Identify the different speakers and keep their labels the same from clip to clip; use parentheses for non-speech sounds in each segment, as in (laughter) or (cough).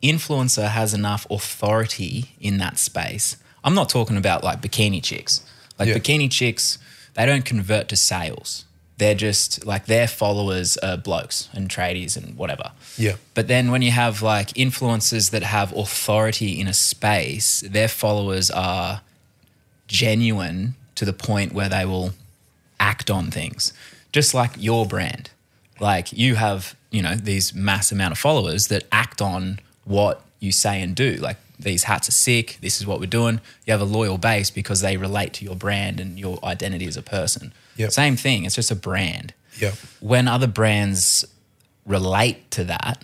Speaker 1: influencer has enough authority in that space. I'm not talking about like bikini chicks. Like
Speaker 2: Yeah.
Speaker 1: bikini chicks, they don't convert to sales. They're just like their followers are blokes and tradies and whatever.
Speaker 2: Yeah.
Speaker 1: But then when you have like influencers that have authority in a space, their followers are genuine to the point where they will act on things. Just like your brand. Like you have, you know, these mass amount of followers that act on what you say and do. Like these hats are sick, this is what we're doing. You have a loyal base because they relate to your brand and your identity as a person.
Speaker 2: Yep.
Speaker 1: Same thing, it's just a brand
Speaker 2: Yeah.
Speaker 1: when other brands relate to that,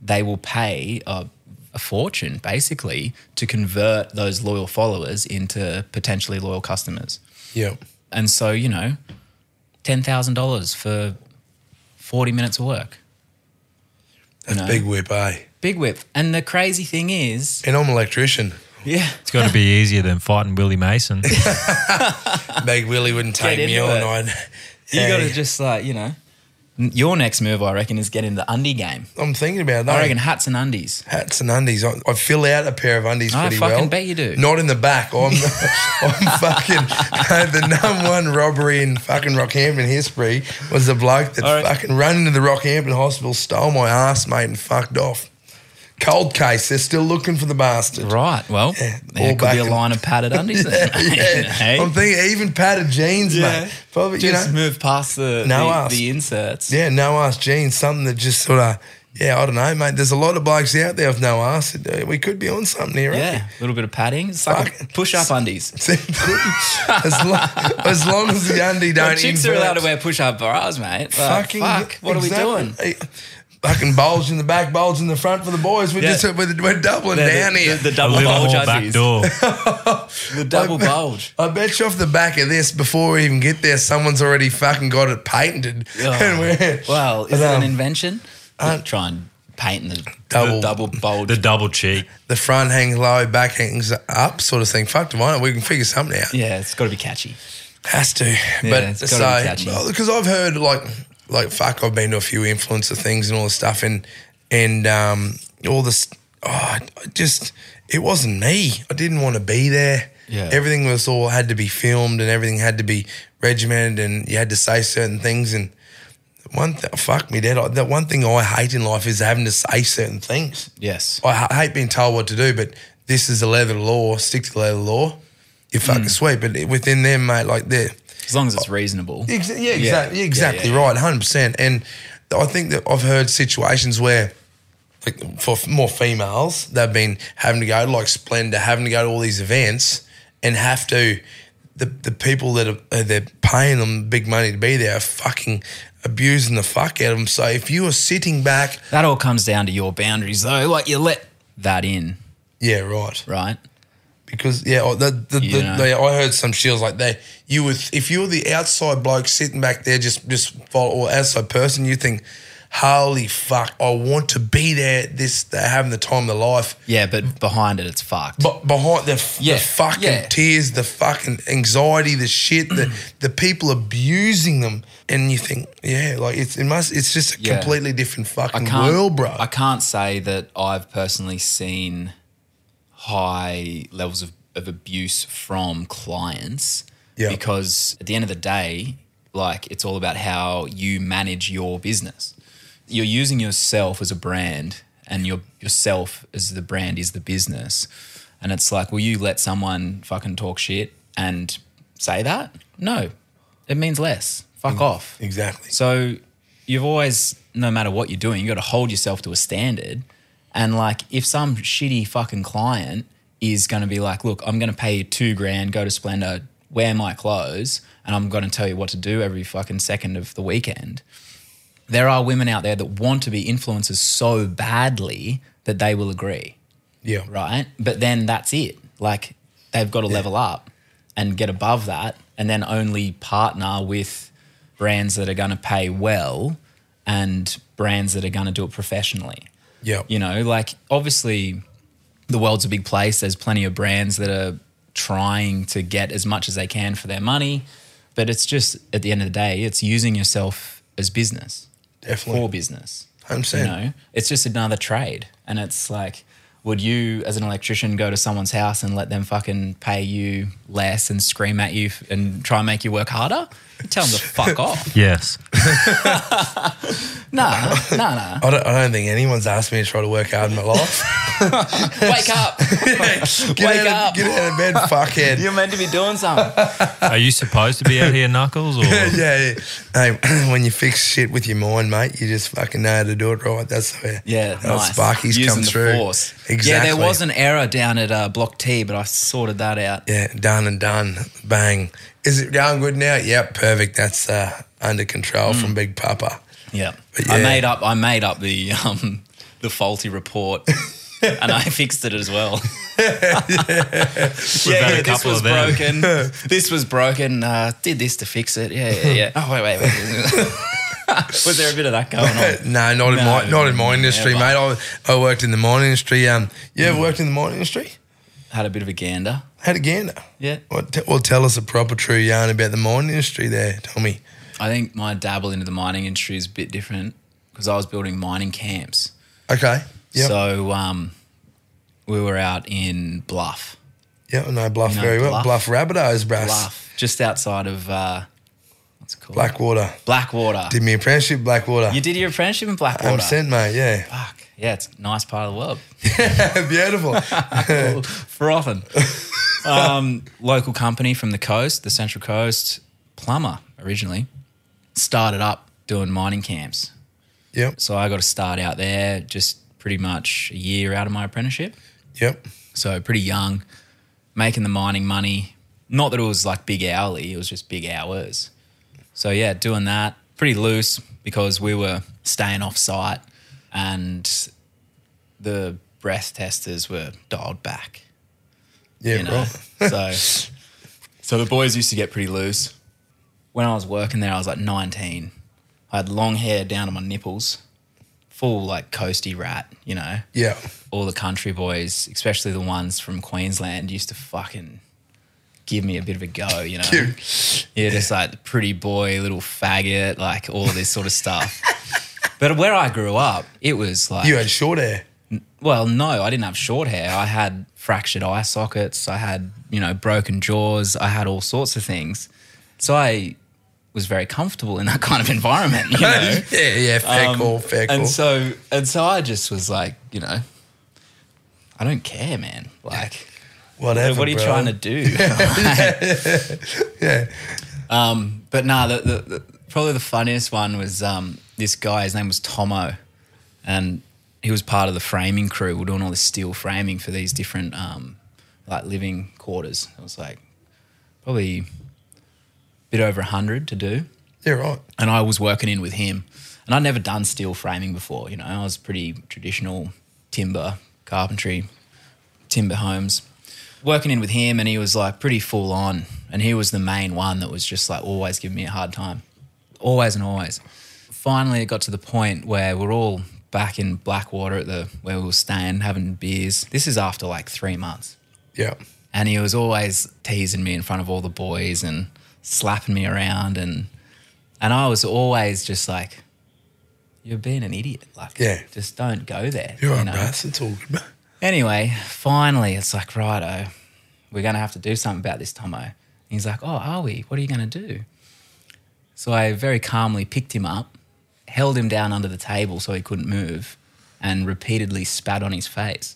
Speaker 1: they will pay a, a fortune basically to convert those loyal followers into potentially loyal customers.
Speaker 2: Yeah.
Speaker 1: And so, you know, $10,000 for 40 minutes of work.
Speaker 2: That's
Speaker 1: No.
Speaker 2: big whip, eh?
Speaker 1: Big whip. And the crazy thing is,
Speaker 2: And I'm an
Speaker 1: (laughs)
Speaker 2: electrician.
Speaker 1: yeah,
Speaker 3: It's got to be easier than fighting Willie Mason.
Speaker 2: Big Willie wouldn't take me
Speaker 1: into
Speaker 2: on.
Speaker 1: it.
Speaker 2: I'd,
Speaker 1: you got to
Speaker 2: Hey,
Speaker 1: just like, you know, n- your next move, I reckon, is get in the undie game.
Speaker 2: I'm thinking about that.
Speaker 1: I reckon hats and undies.
Speaker 2: Hats and undies. I, I fill out a pair of undies
Speaker 1: I
Speaker 2: pretty
Speaker 1: fucking
Speaker 2: well.
Speaker 1: bet you do.
Speaker 2: Not in the back. I'm, (laughs) I'm fucking (laughs) the number one robbery in fucking Rockhampton history was the bloke that
Speaker 1: All right.
Speaker 2: fucking ran into the Rockhampton hospital, stole my ass, mate, and fucked off. Cold case. They're still looking for the bastard.
Speaker 1: Right. Well,
Speaker 2: all
Speaker 1: there could
Speaker 2: back
Speaker 1: be a
Speaker 2: and-
Speaker 1: line of
Speaker 2: (laughs)
Speaker 1: padded undies
Speaker 2: Yeah,
Speaker 1: then. (laughs) Hey?
Speaker 2: I'm thinking even padded jeans, mate. Probably, you
Speaker 1: just
Speaker 2: know.
Speaker 1: move past the
Speaker 2: No
Speaker 1: the,
Speaker 2: ask.
Speaker 1: the inserts.
Speaker 2: Yeah, no ass jeans, something that just sort of, yeah, I don't know, mate. There's a lot of blokes out there with no ass. We could be on something here, right?
Speaker 1: Yeah, a little bit of padding. It's like
Speaker 2: Fuck.
Speaker 1: push up undies.
Speaker 2: as, lo- as long as the undie
Speaker 1: Well,
Speaker 2: don't
Speaker 1: chicks are
Speaker 2: invert.
Speaker 1: allowed to wear push up bras, mate. Like, fuck,
Speaker 2: exactly.
Speaker 1: what are we doing?
Speaker 2: Hey, Fucking bulge in the back, bulge in the front for the boys. We're
Speaker 1: Yeah.
Speaker 2: just we're, we're doubling down
Speaker 1: the,
Speaker 2: here.
Speaker 1: the, the
Speaker 3: A
Speaker 1: double
Speaker 3: little
Speaker 1: bulge
Speaker 3: more back
Speaker 1: undies.
Speaker 3: door.
Speaker 1: The double bulge.
Speaker 2: (laughs) I bet you off the back of this, before we even get there, someone's already fucking got it patented.
Speaker 1: Oh.
Speaker 2: (laughs) and we're
Speaker 1: Well,
Speaker 2: But,
Speaker 1: is it
Speaker 2: um, uh,
Speaker 1: an invention? try and paint the
Speaker 2: Double-
Speaker 1: double, double bulge.
Speaker 3: The double cheek.
Speaker 2: the front hangs low, back hangs up, sort of thing. Fuck, why not? We can figure something out.
Speaker 1: yeah, it's got to be catchy.
Speaker 2: Has to.
Speaker 1: it's
Speaker 2: but
Speaker 1: gotta be catchy.
Speaker 2: so because I've heard like like fuck, I've been to a few influencer things and all this stuff and and um all this oh, I I just it wasn't me. I didn't want to be there.
Speaker 1: Yeah.
Speaker 2: Everything was all had to be filmed and everything had to be regimented and you had to say certain things and one th- fuck me, Dad. I, the one thing I hate in life is having to say certain things.
Speaker 1: Yes.
Speaker 2: I h- hate being told what to do, but this is the letter of the law. Stick to the letter of the law. You're
Speaker 1: Mm.
Speaker 2: fucking sweet, but within them, mate, like they're
Speaker 1: As long as it's reasonable.
Speaker 2: Ex- yeah, exactly,
Speaker 1: Yeah,
Speaker 2: exactly
Speaker 1: yeah.
Speaker 2: right, hundred percent. And I think that I've heard situations where, like, for f- more females, they've been having to go to like Splendor, having to go to all these events, and have to. The, the people that are uh, they're paying them big money to be there are fucking abusing the fuck out of them. So if you are sitting back,
Speaker 1: That all comes down to your boundaries, though. Like you let that in,
Speaker 2: yeah, right.
Speaker 1: right?
Speaker 2: because yeah, oh, the, the,
Speaker 1: You
Speaker 2: the,
Speaker 1: know.
Speaker 2: the, I heard some shills like that. You would if you're the outside bloke sitting back there, just just follow, or outside person, you think, holy fuck, I want to be there. This they're having the time of their life,
Speaker 1: Yeah, but behind it, it's fucked.
Speaker 2: but behind the, f the
Speaker 1: Yeah,
Speaker 2: fucking
Speaker 1: yeah.
Speaker 2: tears, the fucking anxiety, the shit,
Speaker 1: (clears throat)
Speaker 2: the the people abusing them, and you think, yeah, like it's it must, it's just a
Speaker 1: Yeah.
Speaker 2: completely different fucking world, bro.
Speaker 1: I can't say that I've personally seen high levels of, of abuse from clients
Speaker 2: Yeah.
Speaker 1: because at the end of the day, like it's all about how you manage your business. You're using yourself as a brand and your yourself as the brand is the business. And it's like, will you let someone fucking talk shit and say that? No. It means less. Fuck off.
Speaker 2: exactly.
Speaker 1: So you've always, no matter what you're doing, you got to hold yourself to a standard. And like, if some shitty fucking client is going to be like, look, I'm going to pay you two grand, go to Splendor, wear my clothes, and I'm going to tell you what to do every fucking second of the weekend. There are women out there that want to be influencers so badly that they will agree,
Speaker 2: Yeah,
Speaker 1: right? But then that's it. Like, they've got to level up and get above that, and then only partner with brands that are going to pay well and brands that are going to do it professionally.
Speaker 2: yeah,
Speaker 1: You know, like obviously the world's a big place. There's plenty of brands that are trying to get as much as they can for their money, but it's just at the end of the day, it's using yourself as business
Speaker 2: definitely.
Speaker 1: for business.
Speaker 2: I'm
Speaker 1: You
Speaker 2: saying.
Speaker 1: know, it's just another trade, and it's like, would you as an electrician go to someone's house and let them fucking pay you less and scream at you f- and try and make you work harder?
Speaker 2: (laughs)
Speaker 1: Tell them to fuck off.
Speaker 3: Yes.
Speaker 2: (laughs)
Speaker 1: Nah, nah, nah.
Speaker 2: I don't, I don't think anyone's asked me to try to work hard in
Speaker 1: (laughs)
Speaker 2: my life.
Speaker 1: Wake
Speaker 2: (laughs)
Speaker 1: up.
Speaker 2: Get
Speaker 1: Wake
Speaker 2: out of,
Speaker 1: up.
Speaker 2: Get out of
Speaker 1: (laughs)
Speaker 2: bed, fuckhead.
Speaker 1: You're meant to be doing something.
Speaker 2: (laughs)
Speaker 3: Are you supposed to be out here, Knuckles? Or
Speaker 2: yeah, yeah. Hey, (clears throat) when you fix shit with your mind, mate, you just fucking know how to do it right. That's where
Speaker 1: Yeah,
Speaker 2: how
Speaker 1: nice.
Speaker 2: Sparky's
Speaker 1: Using
Speaker 2: come
Speaker 1: the
Speaker 2: through.
Speaker 1: Force.
Speaker 2: Exactly.
Speaker 1: Yeah, there was an error down at uh, Block T, but I sorted that out.
Speaker 2: Yeah, done and done. Bang. Is it going good now? Yep, perfect. That's uh, under control
Speaker 1: Mm.
Speaker 2: from Big Papa.
Speaker 1: Yeah.
Speaker 2: But
Speaker 1: I
Speaker 2: yeah.
Speaker 1: made up. I made up the um, the
Speaker 3: (laughs)
Speaker 1: faulty report, and I fixed it as well.
Speaker 3: We've
Speaker 1: yeah,
Speaker 3: had a
Speaker 1: yeah, this
Speaker 3: couple
Speaker 1: was
Speaker 3: of them. (laughs)
Speaker 1: broken. this was broken. Uh, did this to fix it. Yeah, yeah, yeah. Oh wait, wait, wait. (laughs) was there a bit of that going on?
Speaker 3: (laughs)
Speaker 2: (laughs) No, not in
Speaker 1: No,
Speaker 2: my not in my industry,
Speaker 1: never. Mm.
Speaker 2: mate. I, I worked in the mining industry. Um, you ever worked in the mining industry?
Speaker 1: Had a bit of a gander.
Speaker 2: Had a gander.
Speaker 1: Yeah.
Speaker 2: Well, t- well, tell us a proper true yarn about the mining industry there, Tommy.
Speaker 1: I think my dabble into the mining industry is a bit different because I was building mining camps.
Speaker 2: Okay. Yep.
Speaker 1: So um, we were out in Bluff,
Speaker 2: yeah, no, Bluff
Speaker 1: You know,
Speaker 2: very well. Bluff
Speaker 1: Bluff.
Speaker 2: Rabbitohs, brass.
Speaker 1: Bluff, just outside of uh, what's it called?
Speaker 2: Blackwater.
Speaker 1: Blackwater.
Speaker 2: Did me apprenticeship, Blackwater.
Speaker 1: you did your apprenticeship in Blackwater.
Speaker 2: I'm sent, mate. Yeah. (laughs)
Speaker 1: Fuck. Yeah, it's a nice part of the world. (laughs)
Speaker 2: Beautiful. (laughs)
Speaker 1: For often. um, local company from the coast, the Central Coast, plumber originally, started up doing mining camps.
Speaker 2: yep.
Speaker 1: So I got to start out there just pretty much a year out of my apprenticeship.
Speaker 2: Yep.
Speaker 1: So pretty young, making the mining money. Not that it was like big hourly, it was just big hours. So yeah, doing that pretty loose because we were staying off site and the breath testers were dialed back.
Speaker 2: Yeah,
Speaker 1: You know?
Speaker 2: right.
Speaker 1: so (laughs) So the boys used to get pretty loose. When I was working there, I was like 19. I had long hair down to my nipples, full like coasty rat, you know
Speaker 2: Yeah.
Speaker 1: all the country boys, especially the ones from Queensland, used to fucking give me a bit of a go, you know?
Speaker 2: Cute.
Speaker 1: Yeah, just like the pretty boy, little faggot, like all this sort of stuff. but where I grew up, it was like,
Speaker 2: You had short hair.
Speaker 1: well, no, I didn't have short hair. I had fractured eye sockets. I had, you know, broken jaws. I had all sorts of things. So I was very comfortable in that kind of
Speaker 2: (laughs)
Speaker 1: environment, you (laughs) know?
Speaker 2: yeah, yeah. Fair
Speaker 1: Um,
Speaker 2: call. Fair call.
Speaker 1: And so and so I just was like, you know, I don't care, man. Like
Speaker 2: Whatever.
Speaker 1: what are you
Speaker 2: bro.
Speaker 1: trying to do?
Speaker 2: Yeah.
Speaker 1: Um, but nah, the, the, the, probably the funniest one was um, this guy. His name was Tomo, and he was part of the framing crew. We are doing all this steel framing for these different um, like living quarters. It was like probably a bit over hundred to do
Speaker 2: Yeah, right.
Speaker 1: and I was working in with him. And I'd never done steel framing before. You know, I was pretty traditional timber carpentry, timber homes. Working in with him, and he was like pretty full on. And he was the main one that was just like always giving me a hard time, always and always. Finally, it got to the point where we're all back in Blackwater at the where we were staying, having beers. This is after like three months
Speaker 2: Yeah.
Speaker 1: and he was always teasing me in front of all the boys and slapping me around and and I was always just like you're being an idiot like
Speaker 2: Yeah.
Speaker 1: just don't go there
Speaker 2: You're
Speaker 1: you
Speaker 2: right,
Speaker 1: know?
Speaker 2: brass. It's all good, man.
Speaker 1: anyway finally it's like righto we're going to have to do something about this Tomo and he's like oh are we what are you going to do so I very calmly picked him up held him down under the table so he couldn't move and repeatedly spat on his face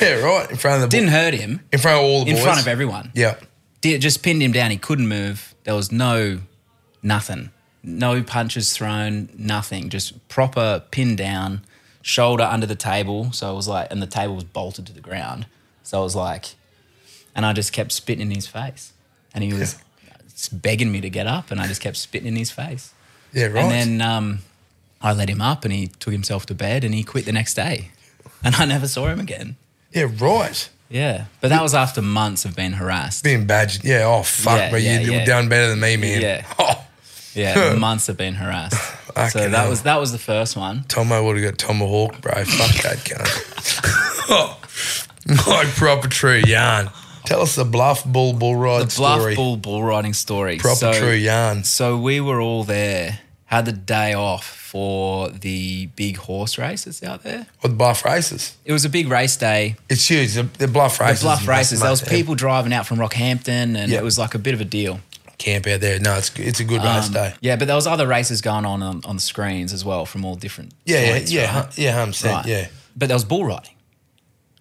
Speaker 2: Yeah, right. In front of the bo-
Speaker 1: didn't hurt him
Speaker 2: in front of all the
Speaker 1: in
Speaker 2: boys.
Speaker 1: front of everyone
Speaker 2: Yeah.
Speaker 1: did, just pinned him down. He couldn't move. There was no nothing, no punches thrown, nothing. Just proper pin down, shoulder under the table. So it was like, and the table was bolted to the ground. So it was like, and I just kept spitting in his face, and he was begging me to get up, and I just kept spitting in his face.
Speaker 2: Yeah, right.
Speaker 1: And then um, I let him up, and he took himself to bed, and he quit the next day, and I never saw him again.
Speaker 2: yeah, right.
Speaker 1: Yeah, but that was after months of being harassed.
Speaker 2: Being badged. Yeah. Oh fuck,
Speaker 1: Yeah,
Speaker 2: bro.
Speaker 1: yeah,
Speaker 2: you,
Speaker 1: yeah.
Speaker 2: You're done better than me, man.
Speaker 1: Yeah.
Speaker 2: (laughs) Oh, (laughs)
Speaker 1: Yeah, months have been harassed. so
Speaker 2: Fucking
Speaker 1: that
Speaker 2: hell.
Speaker 1: was that was the first one.
Speaker 2: Tomo would have got tomahawk, bro. Fuck that
Speaker 1: (laughs)
Speaker 2: cunt. like proper true yarn. Tell us the bluff bull bull ride
Speaker 1: The bluff
Speaker 2: story.
Speaker 1: bull bull riding story.
Speaker 2: proper
Speaker 1: so,
Speaker 2: true yarns.
Speaker 1: So we were all there, had the day off, for the big horse race that's out there.
Speaker 2: Or the bluff races.
Speaker 1: It was a big race day.
Speaker 2: It's huge. The, the bluff
Speaker 1: The
Speaker 2: races.
Speaker 1: bluff
Speaker 2: is massive,
Speaker 1: races. There was
Speaker 2: mate.
Speaker 1: people driving out from Rockhampton, and
Speaker 2: Yeah.
Speaker 1: it was like a bit of a deal.
Speaker 2: camp out there. No, it's it's a good race
Speaker 1: Um,
Speaker 2: day.
Speaker 1: Yeah, but there was other races going on, on on the screens as well from all different.
Speaker 2: Yeah, yeah,
Speaker 1: points,
Speaker 2: yeah,
Speaker 1: right?
Speaker 2: hun- yeah, hundred percent.
Speaker 1: Right.
Speaker 2: Yeah.
Speaker 1: But there was bull riding,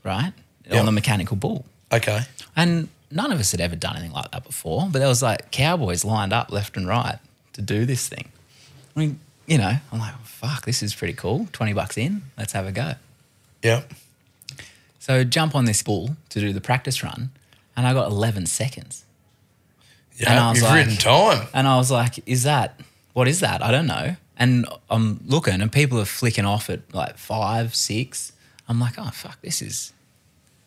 Speaker 1: right?
Speaker 2: Yeah.
Speaker 1: On the mechanical bull.
Speaker 2: Okay.
Speaker 1: And none of us had ever done anything like that before, but there was like cowboys lined up left and right to do this thing. I mean, you know, I'm like, "Oh, fuck, this is pretty cool. 20 bucks in, let's have a go.
Speaker 2: Yeah.
Speaker 1: So jump on this bull to do the practice run, and I got 11 seconds.
Speaker 2: Yeah.
Speaker 1: And I was
Speaker 2: You've
Speaker 1: like-
Speaker 2: ridden time.
Speaker 1: And I was like, is that, what is that? I don't know. And I'm looking, and people are flicking off at like five, six. I'm like, oh, fuck, this is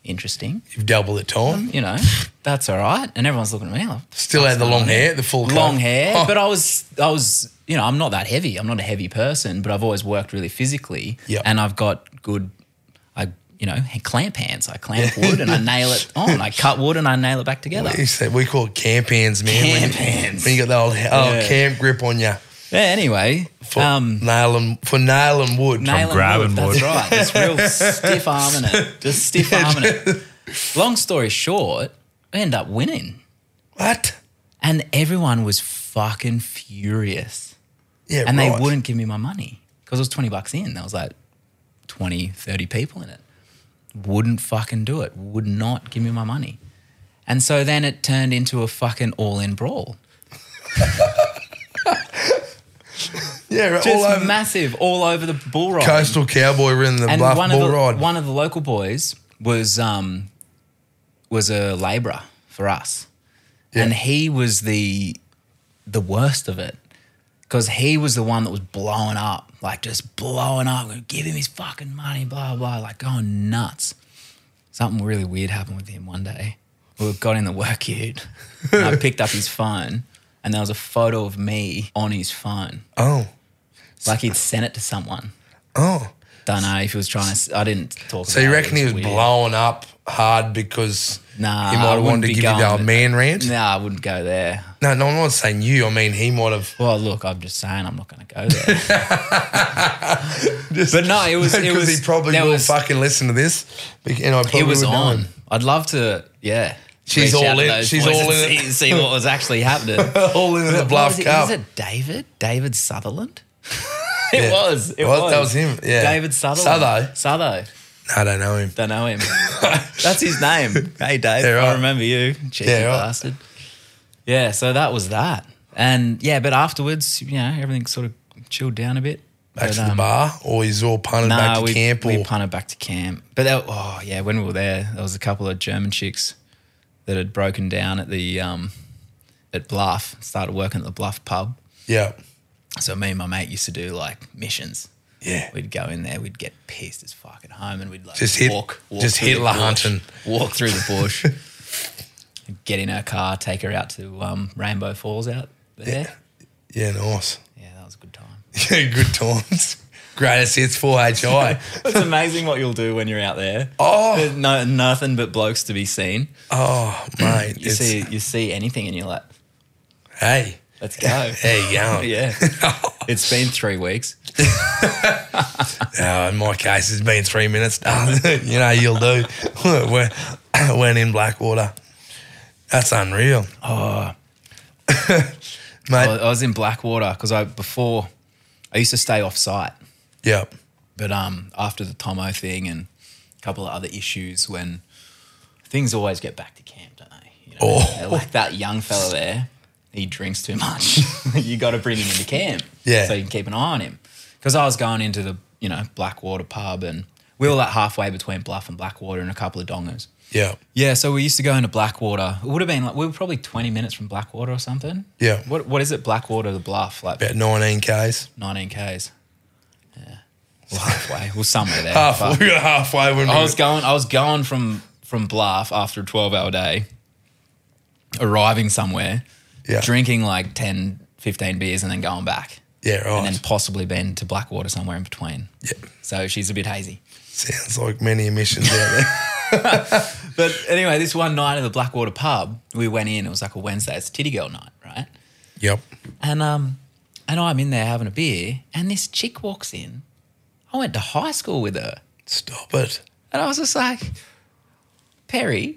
Speaker 1: interesting.
Speaker 2: You've doubled the time.
Speaker 1: You know, that's all right. And everyone's looking at me like,
Speaker 2: Still had the long hair, the full
Speaker 1: long
Speaker 2: coat.
Speaker 1: hair,
Speaker 2: Oh,
Speaker 1: but I was I was you know I'm not that heavy. I'm not a heavy person, but I've always worked really physically,
Speaker 2: Yep.
Speaker 1: and I've got good, I you know clamp hands. I clamp wood and I nail
Speaker 2: (laughs)
Speaker 1: it on. I cut wood and I nail it back together.
Speaker 2: what you say? we call it camp hands, man. when
Speaker 1: Camp
Speaker 2: you-
Speaker 1: hands.
Speaker 2: When you got the old, old
Speaker 1: Yeah.
Speaker 2: camp grip on you
Speaker 1: Yeah, anyway,
Speaker 2: for
Speaker 1: um,
Speaker 2: nailing for nailing wood.
Speaker 1: nailing
Speaker 3: grabbing wood.
Speaker 1: wood. That's right. Just real stiff arming
Speaker 2: (laughs)
Speaker 1: it. Just stiff arming it. Long story short, I end up winning,
Speaker 2: what?
Speaker 1: and everyone was fucking furious.
Speaker 2: Yeah.
Speaker 1: and
Speaker 2: right.
Speaker 1: they wouldn't give me my money because it was 20 bucks in. There was like 20, 30 people in it. Wouldn't fucking do it. Would not give me my money. And so then it turned into a fucking all in brawl.
Speaker 2: Yeah. Right,
Speaker 1: Just
Speaker 2: all over
Speaker 1: massive, all over the bull ride.
Speaker 2: coastal cowboy ridden the
Speaker 1: and
Speaker 2: bluff
Speaker 1: one,
Speaker 2: bull
Speaker 1: of the,
Speaker 2: ride.
Speaker 1: one of the local boys was, um, was a labourer for us.
Speaker 2: Yeah.
Speaker 1: And he was the, the worst of it. because he was the one that was blowing up, like just blowing up, going, give him his fucking money, blah, blah, like going nuts. Something really weird happened with him one day. We got in the work ute, and I picked up his phone, and there was a photo of me on his phone,
Speaker 2: oh.
Speaker 1: like he'd sent it to someone.
Speaker 2: Oh.
Speaker 1: Don't know if he was trying to. I didn't talk.
Speaker 2: So
Speaker 1: about
Speaker 2: you
Speaker 1: it,
Speaker 2: reckon
Speaker 1: it
Speaker 2: he was
Speaker 1: weird.
Speaker 2: blowing up hard because
Speaker 1: Nah,
Speaker 2: he might
Speaker 1: I
Speaker 2: have
Speaker 1: wouldn't
Speaker 2: wanted to
Speaker 1: be
Speaker 2: give you the
Speaker 1: going
Speaker 2: old
Speaker 1: with
Speaker 2: man rant?
Speaker 1: No, I wouldn't go there.
Speaker 2: No, no, I'm not saying you. I mean, he might have.
Speaker 1: Well, look, I'm just saying I'm not going to
Speaker 2: (laughs)
Speaker 1: go there. but no, it was it
Speaker 2: Because
Speaker 1: was
Speaker 2: he probably
Speaker 1: there
Speaker 2: will
Speaker 1: was-
Speaker 2: fucking listen to this. Bec- And I probably
Speaker 1: it was
Speaker 2: would know
Speaker 1: on.
Speaker 2: him.
Speaker 1: I'd love to, yeah.
Speaker 2: She's
Speaker 1: reach out
Speaker 2: all
Speaker 1: to
Speaker 2: in-
Speaker 1: those
Speaker 2: she's
Speaker 1: boys
Speaker 2: all
Speaker 1: and
Speaker 2: in
Speaker 1: See, see what was actually happening.
Speaker 2: (laughs) All in the
Speaker 1: What
Speaker 2: bluff
Speaker 1: was it?
Speaker 2: cup.
Speaker 1: Is it David? David Sutherland? (laughs) it
Speaker 2: Yeah.
Speaker 1: was. It
Speaker 2: Well,
Speaker 1: was.
Speaker 2: that was him, yeah.
Speaker 1: David Sutherland.
Speaker 2: Sutho.
Speaker 1: Sutho.
Speaker 2: No, I don't know him. (laughs)
Speaker 1: Don't know him. That's his name. Hey, Dave.
Speaker 2: Yeah,
Speaker 1: I
Speaker 2: right.
Speaker 1: remember you, cheeky
Speaker 2: Yeah, right.
Speaker 1: bastard. Yeah. So that was that. And yeah, but afterwards, you know, everything sort of chilled down a bit.
Speaker 2: Back
Speaker 1: But,
Speaker 2: to the
Speaker 1: um,
Speaker 2: bar, or he's all punted
Speaker 1: no,
Speaker 2: back to
Speaker 1: we,
Speaker 2: camp, or
Speaker 1: we punted back to camp. But that, oh yeah, when we were there, there was a couple of German chicks that had broken down at the um, at Bluff. Started working at the Bluff pub.
Speaker 2: yeah,
Speaker 1: So me and my mate used to do like missions.
Speaker 2: yeah.
Speaker 1: We'd go in there, we'd get pissed as fuck at home, and we'd like
Speaker 2: Just hit-
Speaker 1: walk, walk
Speaker 2: just
Speaker 1: through the
Speaker 2: Hitler
Speaker 1: bush,
Speaker 2: hunting.
Speaker 1: walk through the
Speaker 2: (laughs)
Speaker 1: bush, get in her car, take her out to um, Rainbow Falls out there.
Speaker 2: Yeah, nice. (laughs)
Speaker 1: Yeah. that was a good time.
Speaker 2: Yeah, good times. (laughs) Greatest hits for
Speaker 1: (laughs)
Speaker 2: HI.
Speaker 1: it's amazing what you'll do when you're out there.
Speaker 2: oh,
Speaker 1: There's no nothing but blokes to be seen.
Speaker 2: oh, mate.
Speaker 1: You
Speaker 2: it's-
Speaker 1: see, you see anything, and you're like,
Speaker 2: hey, Uh,
Speaker 1: "Let's
Speaker 2: (laughs)
Speaker 1: go."
Speaker 2: there
Speaker 1: (laughs)
Speaker 2: you go.
Speaker 1: yeah, it's been three weeks.
Speaker 2: Uh, in my case, it's been three minutes. (laughs) you know, you'll do. (laughs) (coughs) We're, went in Blackwater. That's unreal. Oh, (laughs) mate.
Speaker 1: I I was in Blackwater because I before I used to stay off site,
Speaker 2: yeah,
Speaker 1: but um, after the Tomo thing and a couple of other issues, when things always get back to camp, don't they? You know,
Speaker 2: Oh.
Speaker 1: (laughs) like that young fella there, he drinks too much. (laughs) you got to bring him into camp,
Speaker 2: Yeah.
Speaker 1: so you can keep an eye on him. Because I was going into the you know Blackwater pub and we were like halfway between Bluff and Blackwater and a couple of dongers.
Speaker 2: yeah,
Speaker 1: Yeah, so we used to go into Blackwater. It would have been like we were probably twenty minutes from Blackwater or something.
Speaker 2: Yeah.
Speaker 1: What what is it, Blackwater the Bluff? Like
Speaker 2: about 19 Ks.
Speaker 1: nineteen Ks. Yeah. Well, halfway. (laughs) well somewhere there.
Speaker 2: Half,
Speaker 1: Fuck.
Speaker 2: we were (laughs) halfway when we
Speaker 1: I was
Speaker 2: was,
Speaker 1: going I was going from from Bluff after a twelve hour day, arriving somewhere,
Speaker 2: yeah,
Speaker 1: drinking like 10, 15 beers and then going back.
Speaker 2: Yeah,
Speaker 1: And
Speaker 2: right.
Speaker 1: then possibly been to Blackwater somewhere in between.
Speaker 2: yeah.
Speaker 1: So she's a bit hazy.
Speaker 2: Sounds like many emissions out there.
Speaker 1: (laughs) But anyway, this one night at the Blackwater pub, we went in, it was like a Wednesday, it's Titty Girl night, right?
Speaker 2: yep.
Speaker 1: And um, and I'm in there having a beer, and this chick walks in. I went to high school with her.
Speaker 2: Stop it.
Speaker 1: And I was just like, Perry,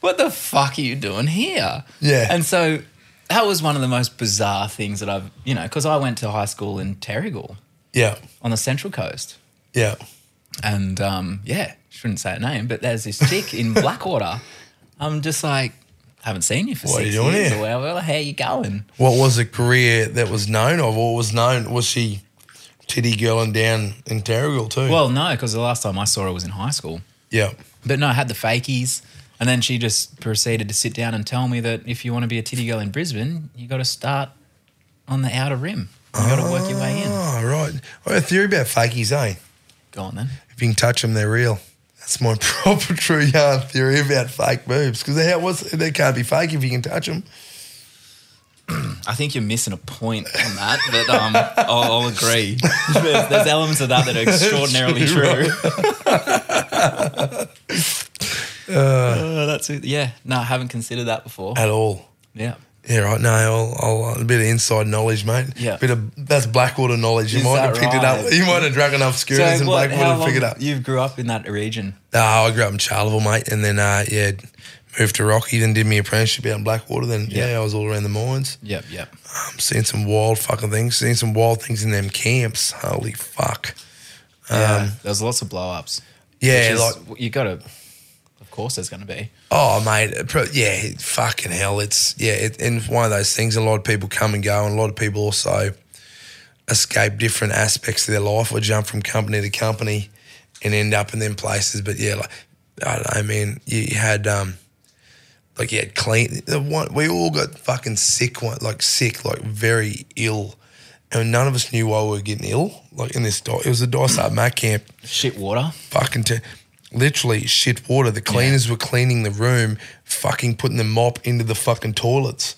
Speaker 1: what the fuck are you doing here?
Speaker 2: Yeah.
Speaker 1: And so that was one of the most bizarre things that I've, you know, because I went to high school in Terrigal
Speaker 2: Yeah.
Speaker 1: on the Central Coast.
Speaker 2: Yeah.
Speaker 1: And um, yeah, shouldn't say her name, but there's this
Speaker 2: (laughs)
Speaker 1: chick in Blackwater. I'm just like, haven't seen you for
Speaker 2: What are
Speaker 1: six
Speaker 2: you doing
Speaker 1: years
Speaker 2: here?
Speaker 1: or whatever. How you going?
Speaker 2: What was the career that was known of? What was known? Was she titty girling down in Terrigal too?
Speaker 1: Well, no, because the last time I saw her was in high school.
Speaker 2: yeah.
Speaker 1: But no, I had the fakies. And then she just proceeded to sit down and tell me that if you want to be a titty girl in Brisbane, you got to start on the outer rim. You got to work your way in.
Speaker 2: Oh, right. I got a theory about fakies, eh?
Speaker 1: Go on then.
Speaker 2: If you can touch them, they're real. That's my (laughs) proper true yarn theory about fake boobs. Because how was they can't be fake if you can touch them.
Speaker 1: I think you're missing a point on that, but um, I'll, I'll agree. There's, there's elements of that that are extraordinarily
Speaker 2: True,
Speaker 1: true. (laughs) Uh, that's it. Yeah. No, I haven't considered that before.
Speaker 2: At all.
Speaker 1: Yeah.
Speaker 2: Yeah, right. No, I'll, I'll, a bit of inside knowledge, mate.
Speaker 1: Yeah.
Speaker 2: Bit of that's Blackwater knowledge. You
Speaker 1: Is
Speaker 2: might have
Speaker 1: that
Speaker 2: picked it up.
Speaker 1: right?
Speaker 2: You might have drunk enough scooters in
Speaker 1: what-
Speaker 2: Blackwater to
Speaker 1: long
Speaker 2: pick it up.
Speaker 1: you grew up in that region?
Speaker 2: No, I grew up in Charleville, mate, and then uh, yeah, moved to Rocky. Then did my apprenticeship out in Blackwater. Then
Speaker 1: Yeah.
Speaker 2: yeah, I was all around the mines.
Speaker 1: Yep. Yep.
Speaker 2: I'm seeing some wild fucking things. Seeing some wild things in them camps. Holy fuck!
Speaker 1: Yeah,
Speaker 2: Uh,
Speaker 1: there's lots of blow ups.
Speaker 2: Yeah, like
Speaker 1: you got to. Of course, there's going to be.
Speaker 2: Oh, mate. it pro- Yeah, it- fucking hell. It's, yeah, it, and one of those things, a lot of people come and go, and a lot of people also escape different aspects of their life or jump from company to company and end up in them places. But yeah, like, I don't know, man. You, you had, um, like, you had clean, the one, we all got fucking sick, one, like, sick, like, very ill. And none of us knew why we were getting ill. Like, in this, di- it was a Dice Art Mac camp
Speaker 1: Shit water.
Speaker 2: fucking to literally shit water. The cleaners were cleaning the room, fucking putting the mop into the fucking toilets.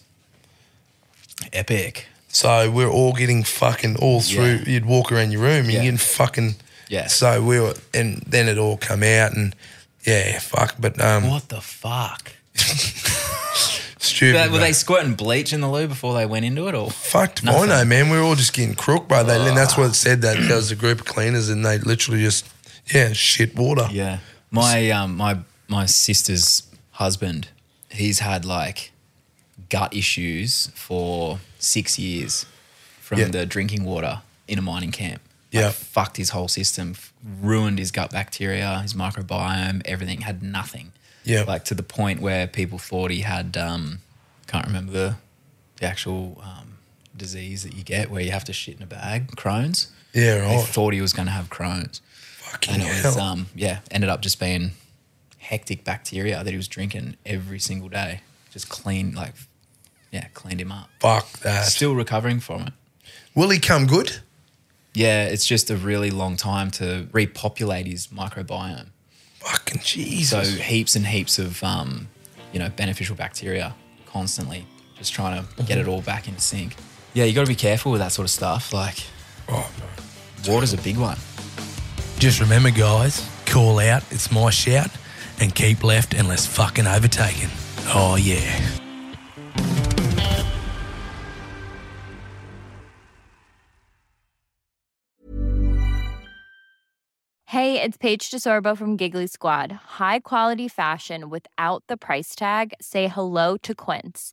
Speaker 1: Epic.
Speaker 2: So we're all getting fucking all through.
Speaker 1: Yeah.
Speaker 2: You'd walk around your room, you're
Speaker 1: Yeah.
Speaker 2: getting fucking.
Speaker 1: Yeah.
Speaker 2: So we were, and then it all come out, and yeah, fuck. But um, (laughs)
Speaker 1: What the fuck?
Speaker 2: stupid.
Speaker 1: Were they- were
Speaker 2: bro.
Speaker 1: they squirting bleach in the loo before they went into it, or
Speaker 2: Fucked if I
Speaker 1: Nothing. Ah.
Speaker 2: know, man. We were all just getting crook by that. And that's what it said that there was a group of cleaners, and they literally just, yeah, shit water.
Speaker 1: Yeah. My um my my sister's husband, he's had like gut issues for six years from
Speaker 2: Yeah.
Speaker 1: the drinking water in a mining camp.
Speaker 2: Yeah.
Speaker 1: fucked his whole system, f- ruined his gut bacteria, his microbiome, everything, had nothing.
Speaker 2: Yeah.
Speaker 1: Like to the point where people thought he had um can't remember the the actual um, disease that you get where you have to shit in a bag, Crohn's.
Speaker 2: Yeah,
Speaker 1: They
Speaker 2: right.
Speaker 1: thought he was gonna have Crohn's.
Speaker 2: Fucking
Speaker 1: And it was,
Speaker 2: (laughs) hell.
Speaker 1: um, yeah, ended up just being hectic bacteria that he was drinking every single day. Just clean, like, yeah, cleaned him up.
Speaker 2: Fuck that.
Speaker 1: Still recovering from it.
Speaker 2: Will he come good?
Speaker 1: Yeah, it's just a really long time to repopulate his microbiome.
Speaker 2: Fucking
Speaker 1: So
Speaker 2: Jesus.
Speaker 1: heaps and heaps of, um, you know, beneficial bacteria constantly, just trying to get it all back in sync. Yeah, you got to be careful with that sort of stuff. Like,
Speaker 2: Oh, no.
Speaker 1: water's a big one.
Speaker 2: Just remember, guys, call out, it's my shout, and keep left unless fucking overtaken. Oh, yeah.
Speaker 4: Hey, it's Paige DeSorbo from Giggly Squad. High quality fashion without the price tag. Say hello to Quince.